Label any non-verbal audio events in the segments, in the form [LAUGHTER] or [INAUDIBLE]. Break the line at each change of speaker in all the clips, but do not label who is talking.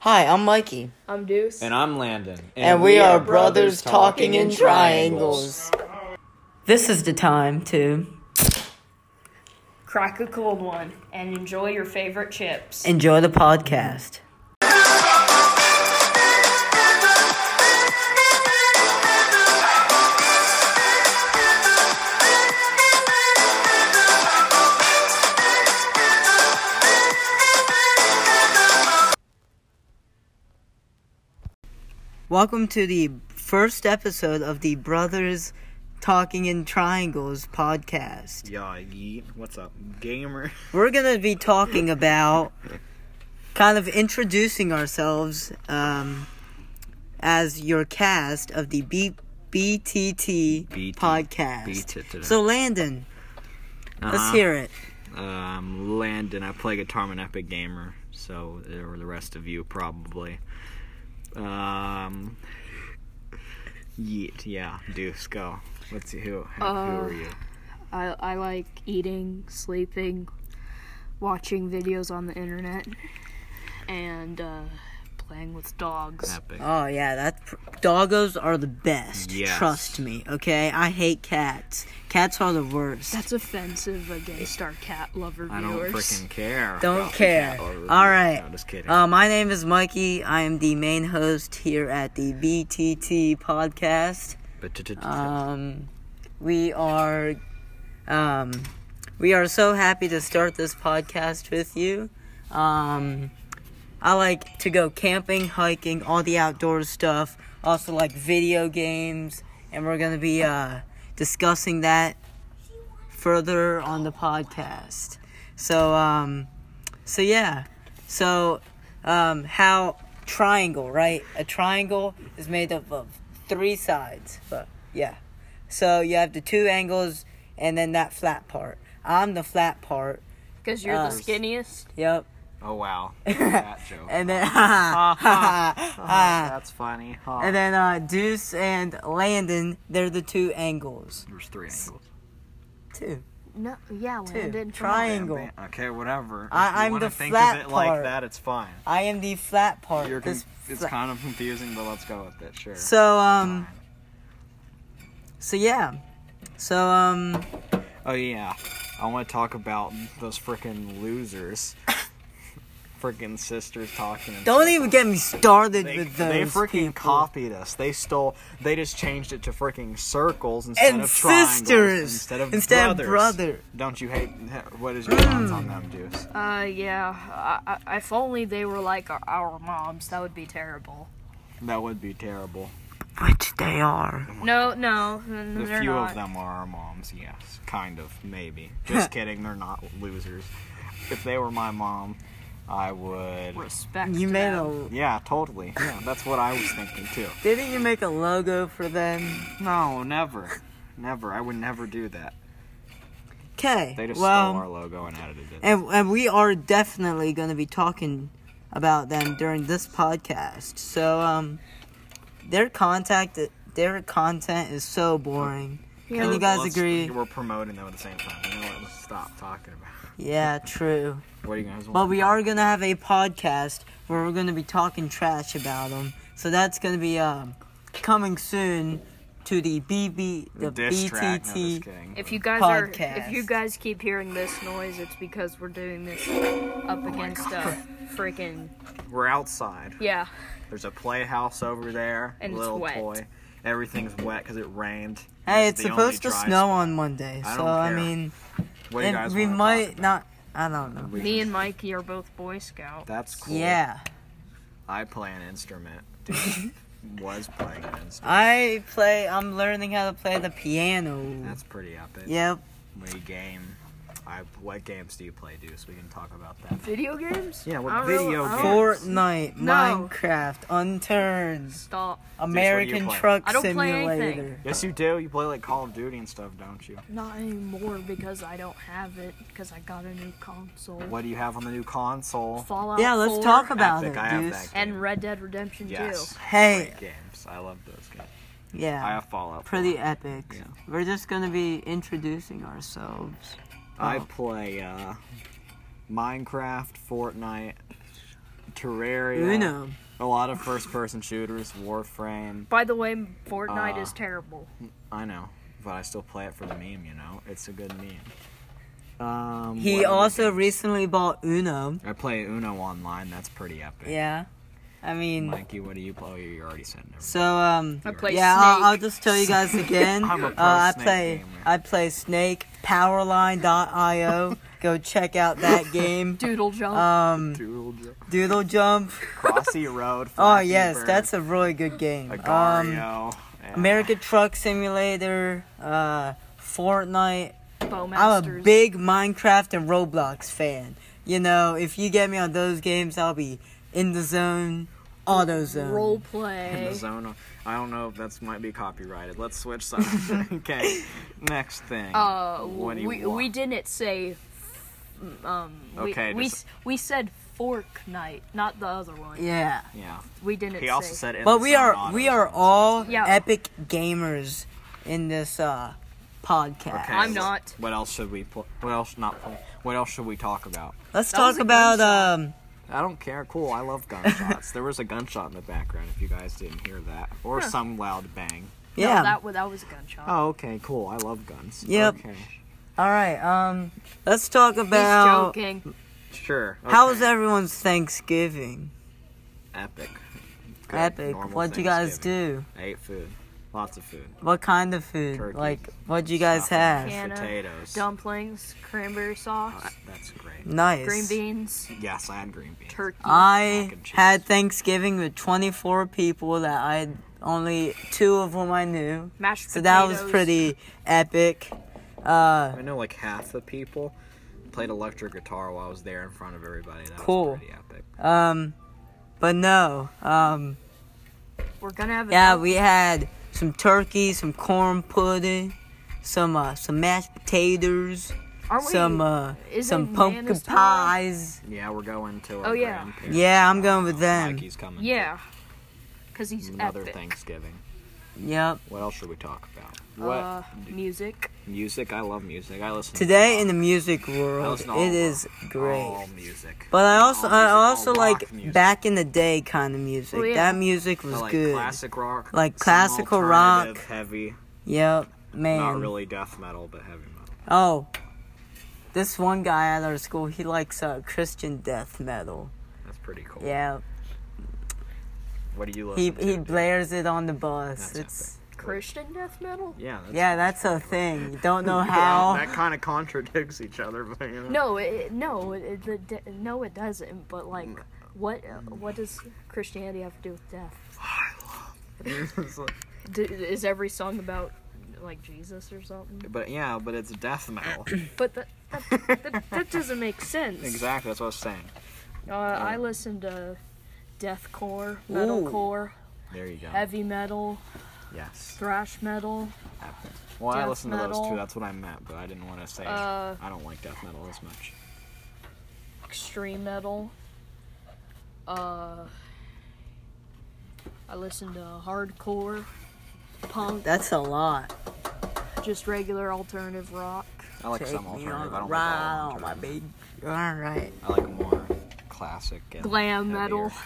Hi, I'm Mikey.
I'm Deuce.
And I'm Landon. And,
This is the time to
Crack a cold one and enjoy your favorite chips.
enjoy the podcast. Welcome to the first episode of the Brothers Talking in Triangles podcast.
Yeah, yeet. What's up, gamer?
we're gonna be talking about kind of introducing ourselves um, as your cast of the B- BTT
BT.
podcast.
BTT.
So Landon, [LAUGHS] let's
Uh-huh.
hear it.
Um, Landon. I play guitar. I'm an epic gamer. So, or the rest of you probably. Um, yeet. Yeah, Deuce. Go. Let's see who. Who,
Uh,
who are you?
I, I like eating, sleeping, watching videos on the internet, and uh, playing with dogs.
Epic.
Oh yeah, that doggos are the best.
Yes.
Trust me, okay? I hate cats. Cats are the worst.
That's offensive against our cat lover
I don't
viewers.
freaking care.
Don't
about the
care.
cat over
All
the-
right.
No, just kidding.
Uh, my name is Mikey. I am the main host here at the BTT podcast.
But t- t- t-
Um, we are, um, we are so happy to start this podcast with you. Um, I like to go camping, hiking, all the outdoor stuff. Also like video games, and we're gonna be uh, discussing that further on the podcast. So, um, so yeah, so um, how triangle, right? A triangle is made up of three sides, but yeah. So you have the two angles and then that flat part. I'm the flat part.
Because you're
Uh,
the skinniest.
Yep. [LAUGHS]
oh wow. That joke.
And then, [LAUGHS] ha, ha, ha,
Ah,
ha.
that's funny. Huh.
and then uh, Deuce and Landon, they're the two angles.
There's three angles.
Two.
No, yeah,
Two.
Landon.
Triangle.
Okay, whatever.
I-
if
I'm
you wanna
the
think
flat
of it
part.
like that, it's fine.
I am the flat part.
You're con-
This
it's
fla-
kind of confusing, but let's go with it. Sure.
so um. So yeah. So um.
oh yeah, I want to talk about those
[LAUGHS]
freaking losers, freaking sisters talking. And
Don't
stuff.
even get me started
They,
with those.
they freaking
people.
copied us. They stole. They just changed it to freaking circles instead
And
of triangles
sisters
instead of
instead of
brothers.
brother.
Don't you hate? [LAUGHS] What is your thoughts on them, Deuce?
Uh, yeah. I, I, if only they were like our, our moms, that would be terrible.
That would be terrible.
Which they are.
Oh
No, no, n-
A
they're
few
not.
of them are our moms, yes. Kind of, maybe. Just kidding, they're not losers. If they were my mom, I would.
Respect.
You made
them.
a.
Yeah, totally. Yeah, that's what I was thinking too.
Didn't you make a logo for them?
No, never. Never. I would never do that.
Okay.
They just
well,
stole our logo and edited it.
and and we are definitely going to be talking about them during this podcast. So um, their contact, their content is so boring.
Yeah,
Can you
Let's-
guys
let's-
agree?
We're promoting them at the same time. You know what? Let's stop talking about it.
Yeah, true.
What do you guys want?
But we are gonna have a podcast where we're gonna be talking trash about them. So that's gonna be um coming soon to the BB the
Diss track. No,
BTT.
just kidding.
If you guys are,
Podcast.
if you guys keep hearing this noise, it's because we're doing this
Oh
up against a freaking
We're outside.
yeah.
There's a playhouse over there.
And it's
little
wet.
toy. Everything's wet because it rained.
hey,
This
it's
is the only
supposed to
dry
snow
spot.
on Monday,
I
so
don't
I
care.
mean,
What do you
and
guys
we
wanna
might
talk about?
not. I don't know.
We-
Me and Mikey are both Boy Scouts.
That's cool.
Yeah,
I play an instrument. [LAUGHS] Dude, was playing an instrument.
I play. I'm learning how to play the piano.
That's pretty epic.
yep.
We game. I, what games do you play, Deuce? We can talk about that.
Video games?
Yeah, what
I don't really-
video
I don't-
games? Four-
Fortnite,
No.
Minecraft, Unturned,
Stop.
American
play?
Truck
I don't play anything.
Simulator.
Yes, you do. You play like Call of Duty and stuff, don't you?
Not anymore because I don't have it because I got a new console.
What do you have on the new console?
Fallout.
Yeah, let's
4
talk about
Uh, Epic,
it,
I have
dude.
that
And Red Dead Redemption 2.
Yes.
Hey.
Great games. I love those games.
Yeah.
I have Fallout.
pretty
4.
epic.
Yeah.
We're just gonna be introducing ourselves.
I
Oh.
play uh, Minecraft, Fortnite, Terraria.
Uno.
A lot of first-person shooters, Warframe.
By the way, Fortnite
Uh,
is terrible.
I know, but I still play it for the meme. You know, it's a good meme. Um,
He
what-
also recently bought Uno.
I play Uno online. That's pretty epic.
Yeah. I mean,
Mikey, what do you play? Oh, you already said. Never
So um,
I play
yeah, I'll,
Snake.
I'll just tell you
[LAUGHS]
guys again.
I'm a
uh,
pro
I
Snake
play
gamer.
I play Snake Powerline.io. Go check out
[LAUGHS]
that game.
Doodle jump.
uh,
Um,
mind.
Doodle Jump. [LAUGHS]
Crossy Road.
Oh
Flappy
yes,
Bird,
that's a really good game. Um,
Agario. and-
America Truck Simulator, uh, Fortnite. I'm a
Bowmasters.
big Minecraft and Roblox fan. You know, if you get me on those games, I'll be in the zone, auto zone.
role
in the
play.
zone. of- I don't know if that's might be copyrighted. Let's
[LAUGHS]
switch something. okay, next thing.
Uh,
Oh,
what do you
we
want?
we didn't say. Um, we,
Okay,
we,
just-
s we said Fortnite, not the other one.
Yeah.
Yeah.
We didn't.
He also
say.
said. in
But
the
we
zone
are
auto
we are
zone.
all
Yeah.
epic gamers in this uh podcast.
Okay,
I'm
wh-
not.
What else should we play? What else not play? What else should we talk about?
Let's
That was
talk
a
about
gunshot.
um
I don't care. Cool. I love gunshots. there was a gunshot in the background. If you guys didn't hear that, or some loud bang.
No,
yeah.
that, wa- that was a gunshot.
Oh, okay. Cool. I love guns.
Yep.
Okay.
all right. Um let's talk
He's
about
joking.
Sure. Okay.
how was everyone's Thanksgiving?
Epic. Good,
Epic.
normal
What'd you guys
Thanksgiving.
do?
I ate food. Lots of food.
What kind of food?
Turkey.
Like what'd you guys
Stuffing.
have?
Yeah. Anna,
Potatoes.
Dumplings, cranberry sauce,
Uh, That's great.
Nice.
green beans,
Yes, I had green beans.
turkey.
I
Mac and cheese.
had Thanksgiving with 24 people that I only two of whom I knew.
mashed
So that was
potatoes.
pretty epic. Uh
I know like half the people played electric guitar while I was there in front of everybody. That
Cool.
was pretty epic.
Um, but no. Um,
We're gonna have.
yeah,
another-
we had some turkey, some corn pudding, some uh, some mashed potatoes,
Aren't we-
some uh,
isn't
some pumpkin
Nana's tomorrow?
pies.
Yeah, we're going to our
Oh, yeah.
grandparents.
Yeah, I'm going with
tomorrow.
them.
Mikey's coming.
Yeah. Cause he's
Another
epic.
Thanksgiving.
Yep.
What else should we talk about? What
Uh, music.
music? I love music. I listen to
Today
rock.
in the music
I
world,
listen to all
it
rock-
is
All
great.
music.
But I also
All
I
Um, music, all
also
rock
like
music.
back in the day kind of music.
Oh, yeah.
That music
I
was
like
good.
classic rock.
Like
some
classical rock.
alternative, heavy.
Yep, man.
Not really death metal, but heavy metal.
Oh, this one guy at our school, he likes uh, Christian death metal.
That's pretty cool.
Yeah,
What do you
he
listen to?
he blares it on the bus.
That's
it's
Christian death metal?
Yeah. That's [LAUGHS]
yeah, that's a thing. You don't know how.
That kind of contradicts each other, but you know. [LAUGHS]
No, it, no, it, it- the, de- no, it doesn't. But like, what what does Christianity have to do with death?
It's like-
D- is every song about like Jesus or something?
[LAUGHS] but yeah, but it's death
[CLEARS THROAT]
metal.
But that that, that, that doesn't make sense.
[LAUGHS] exactly, that's what I was saying.
Uh, I listen to deathcore,
Ooh.
metalcore,
There you go.
heavy metal,
Yes.
thrash metal.
Well, I
Death
listen to those
metal.
two. That's what I meant, but I didn't want to say.
Uh,
I don't like death metal as much.
extreme metal. Uh, I listen to hardcore, punk,
That's a lot.
just regular alternative rock.
I like
Take
some
me
alternative.
on
I
a
don't
ride
like all
on my
alternative.
big. All right.
I like more classic. And
Glam metal.
metal.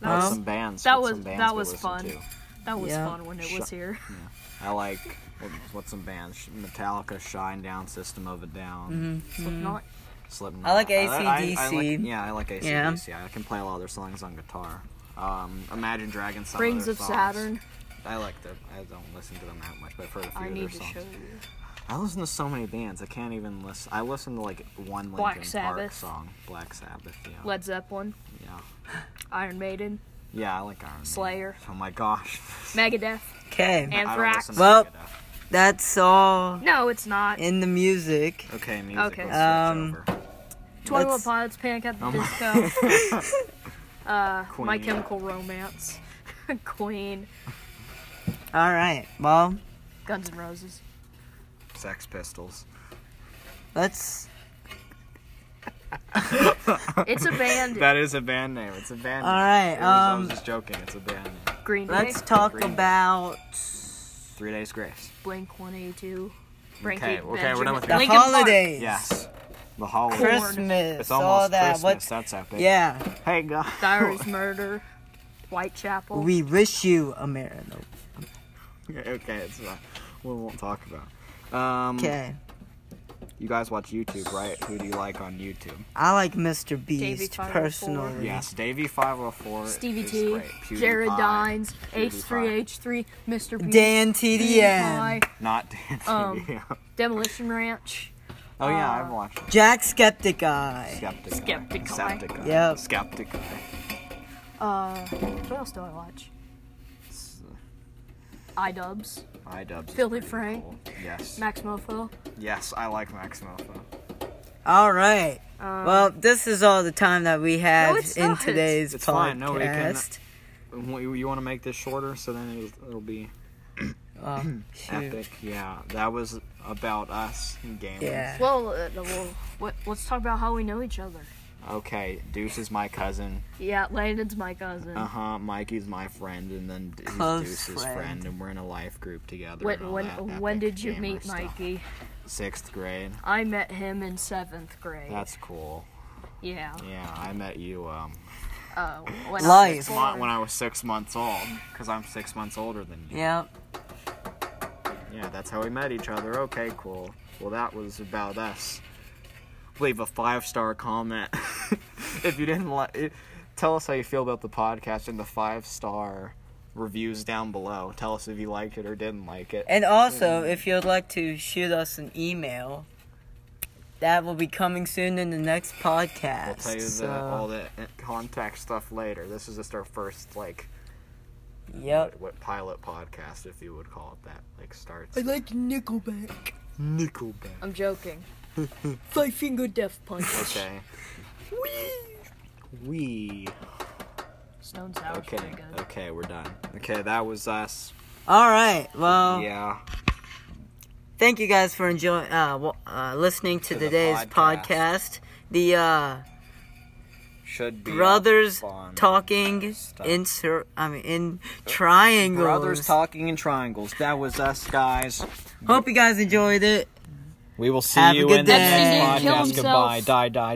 That was,
some bands.
that
what's
was-
some bands
that
we
was
listen
fun.
to?
that was
Yeah.
fun when it was
Shut-
here.
I like what, what's some bands? Metallica, Shine Down, System of a Down. Mm-hmm.
Slipknot.
Slipknot.
I like
I- I like-
AC/DC.
yeah, I like ACDC. I can play a lot of their songs on guitar. Um, Imagine Dragons. some
Rings
their
of
songs.
Saturn.
I like them. I don't listen to them that much, but I've heard a few
I
of
need
their
to
songs.
show you.
I listen to so many bands. I can't even listen. I listen to like one Linkin
Black
Park
Sabbath.
song. Black Sabbath. Yeah.
Led Zeppelin,
yeah.
Iron Maiden,
Yeah, I like Iron. Maiden.
Slayer.
Oh my gosh.
Megadeth,
Okay.
Anthrax.
I don't listen to
Well-
Megadeth.
That's all
No, it's not.
in the music.
Okay, music.
Okay.
Okay.
Um,
over.
Twenty One
let's-
Pilots, Panic at the
Oh my- [LAUGHS]
Disco, uh, My
Queen.
Chemical Romance, [LAUGHS] Queen,
All right. Well,
Guns N' Roses.
Sex Pistols.
let's.
[LAUGHS]
It's a band.
That is a band name. It's a band.
All
name.
right,
It was- I
um,
was just joking. It's a band. name.
Green Day.
Let's talk
Green Day.
about
Three Days Grace.
Blink 182.
Okay, okay, we're done with
the
Linkin Park.
holidays.
Yes. The holidays.
Christmas,
It's almost
all that.
Christmas.
What's
That's epic.
yeah?
Hey, God.
Diary's murder, Whitechapel.
We wish you a merry. no,
[LAUGHS] okay, it's fine. We won't talk about. it. Um,
Okay,
You guys watch YouTube, right? Who do you like on YouTube?
I like Mr.
Davey
Beast
504.
personally.
Yes, Davey five hundred four.
Stevie
is
T,
great. PewDiePie,
Jared Dines,
PewDiePie.
H3H3, Mr. Beast,
Dan
PewDiePie,
TDN,
Not Dan.
Um, uh,
TV.
Demolition Ranch.
[LAUGHS] oh yeah, I've watched it.
Jack Skeptic Eye.
Skeptic.
Skeptic Eye.
Skeptic.
Yep.
Skeptic. Eye.
Uh, what else do I watch?
It's,
iDubbbz,
uh, iDubbbz. is
Filthy
pretty
Frank.
cool. Yes.
Max Mofo.
yes, I like Max Malfa.
All right.
Um,
Well, this is all the time that we have
it's
in
not.
today's
It's
podcast.
fine. No, we can- uh, [CLEARS THROAT] You, you want to make this shorter, so then it'll, it'll be
Oh, shoot.
epic. Yeah, that was about us gamers.
Yeah.
Well, uh, no, well what, let's talk about how we know each other.
Okay, Deuce is my cousin.
Yeah, Landon's my cousin.
Uh huh. Mikey's my friend, and then D- he's
Close
Deuce's friend.
friend.
and we're in a life group together.
when
and all
when,
that
when
epic
did you
gamer
meet
stuff.
Mikey?
Sixth grade.
I met him in seventh grade.
That's cool.
yeah.
Yeah, I met you um
Uh, when
Life.
I was
mon-
born.
when I was six months old, because I'm six months older than you.
Yep.
Yeah, that's how we met each other. Okay, cool. Well, that was about us. Leave a five star comment [LAUGHS] if you didn't like. Tell us how you feel about the podcast and the five star reviews down below. Tell us if you liked it or didn't like it.
And also, if you'd like to shoot us an email, that will be coming soon in the next podcast.
We'll tell you the,
so,
all the uh, contact stuff later. This is just our first like
Yep.
what, what pilot podcast, if you would call it that. Like starts.
like Nickelback.
Nickelback.
I'm
[LAUGHS]
joking.
Five Finger Death Punch.
Okay. Wee. Wee.
Stone Sour's
Okay.
pretty good.
Okay, we're done. Okay, that was us.
All right. Well,
yeah.
thank you guys for enjoying uh, wa- uh, listening to,
To the
today's
podcast.
podcast. The uh,
Should be
brothers
fun.
talking
stuff.
in cir- I mean in triangles.
Brothers talking in triangles. That was us, guys.
Hope you guys enjoyed it.
We will see
Have a
you
good
in the
day.
next
Kill
podcast.
himself.
Goodbye. Die, die.